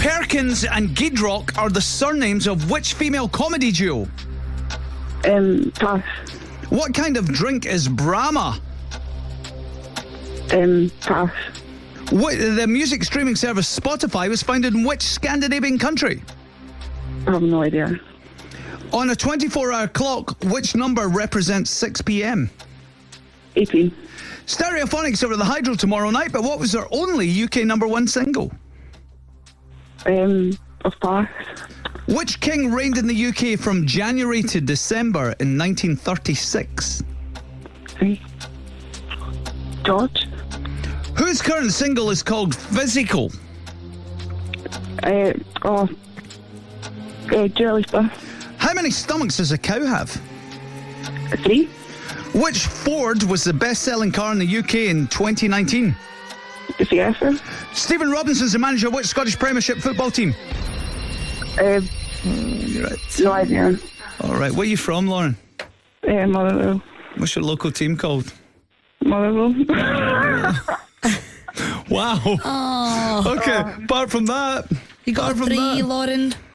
Perkins and Giedrock are the surnames of which female comedy duo? Um, pass. What kind of drink is Brahma? Um, pass. What, the music streaming service Spotify was founded in which Scandinavian country? I have no idea. On a 24 hour clock, which number represents 6 pm? 18. Stereophonics over the Hydro tomorrow night, but what was their only UK number one single? Um, of pass. Which king reigned in the UK from January to December in 1936? Three. George. Whose current single is called Physical? Uh, oh. Uh, Julie Buff. How many stomachs does a cow have? Three. Which Ford was the best selling car in the UK in 2019? The Fiesta. Stephen Robinson's the manager of which Scottish Premiership football team? Uh, no idea. All right, where are you from, Lauren? Uh, Motherwell. What's your local team called? eh, Motherwell. Wow. Okay, apart from that, You apart got a from three, that, Lauren.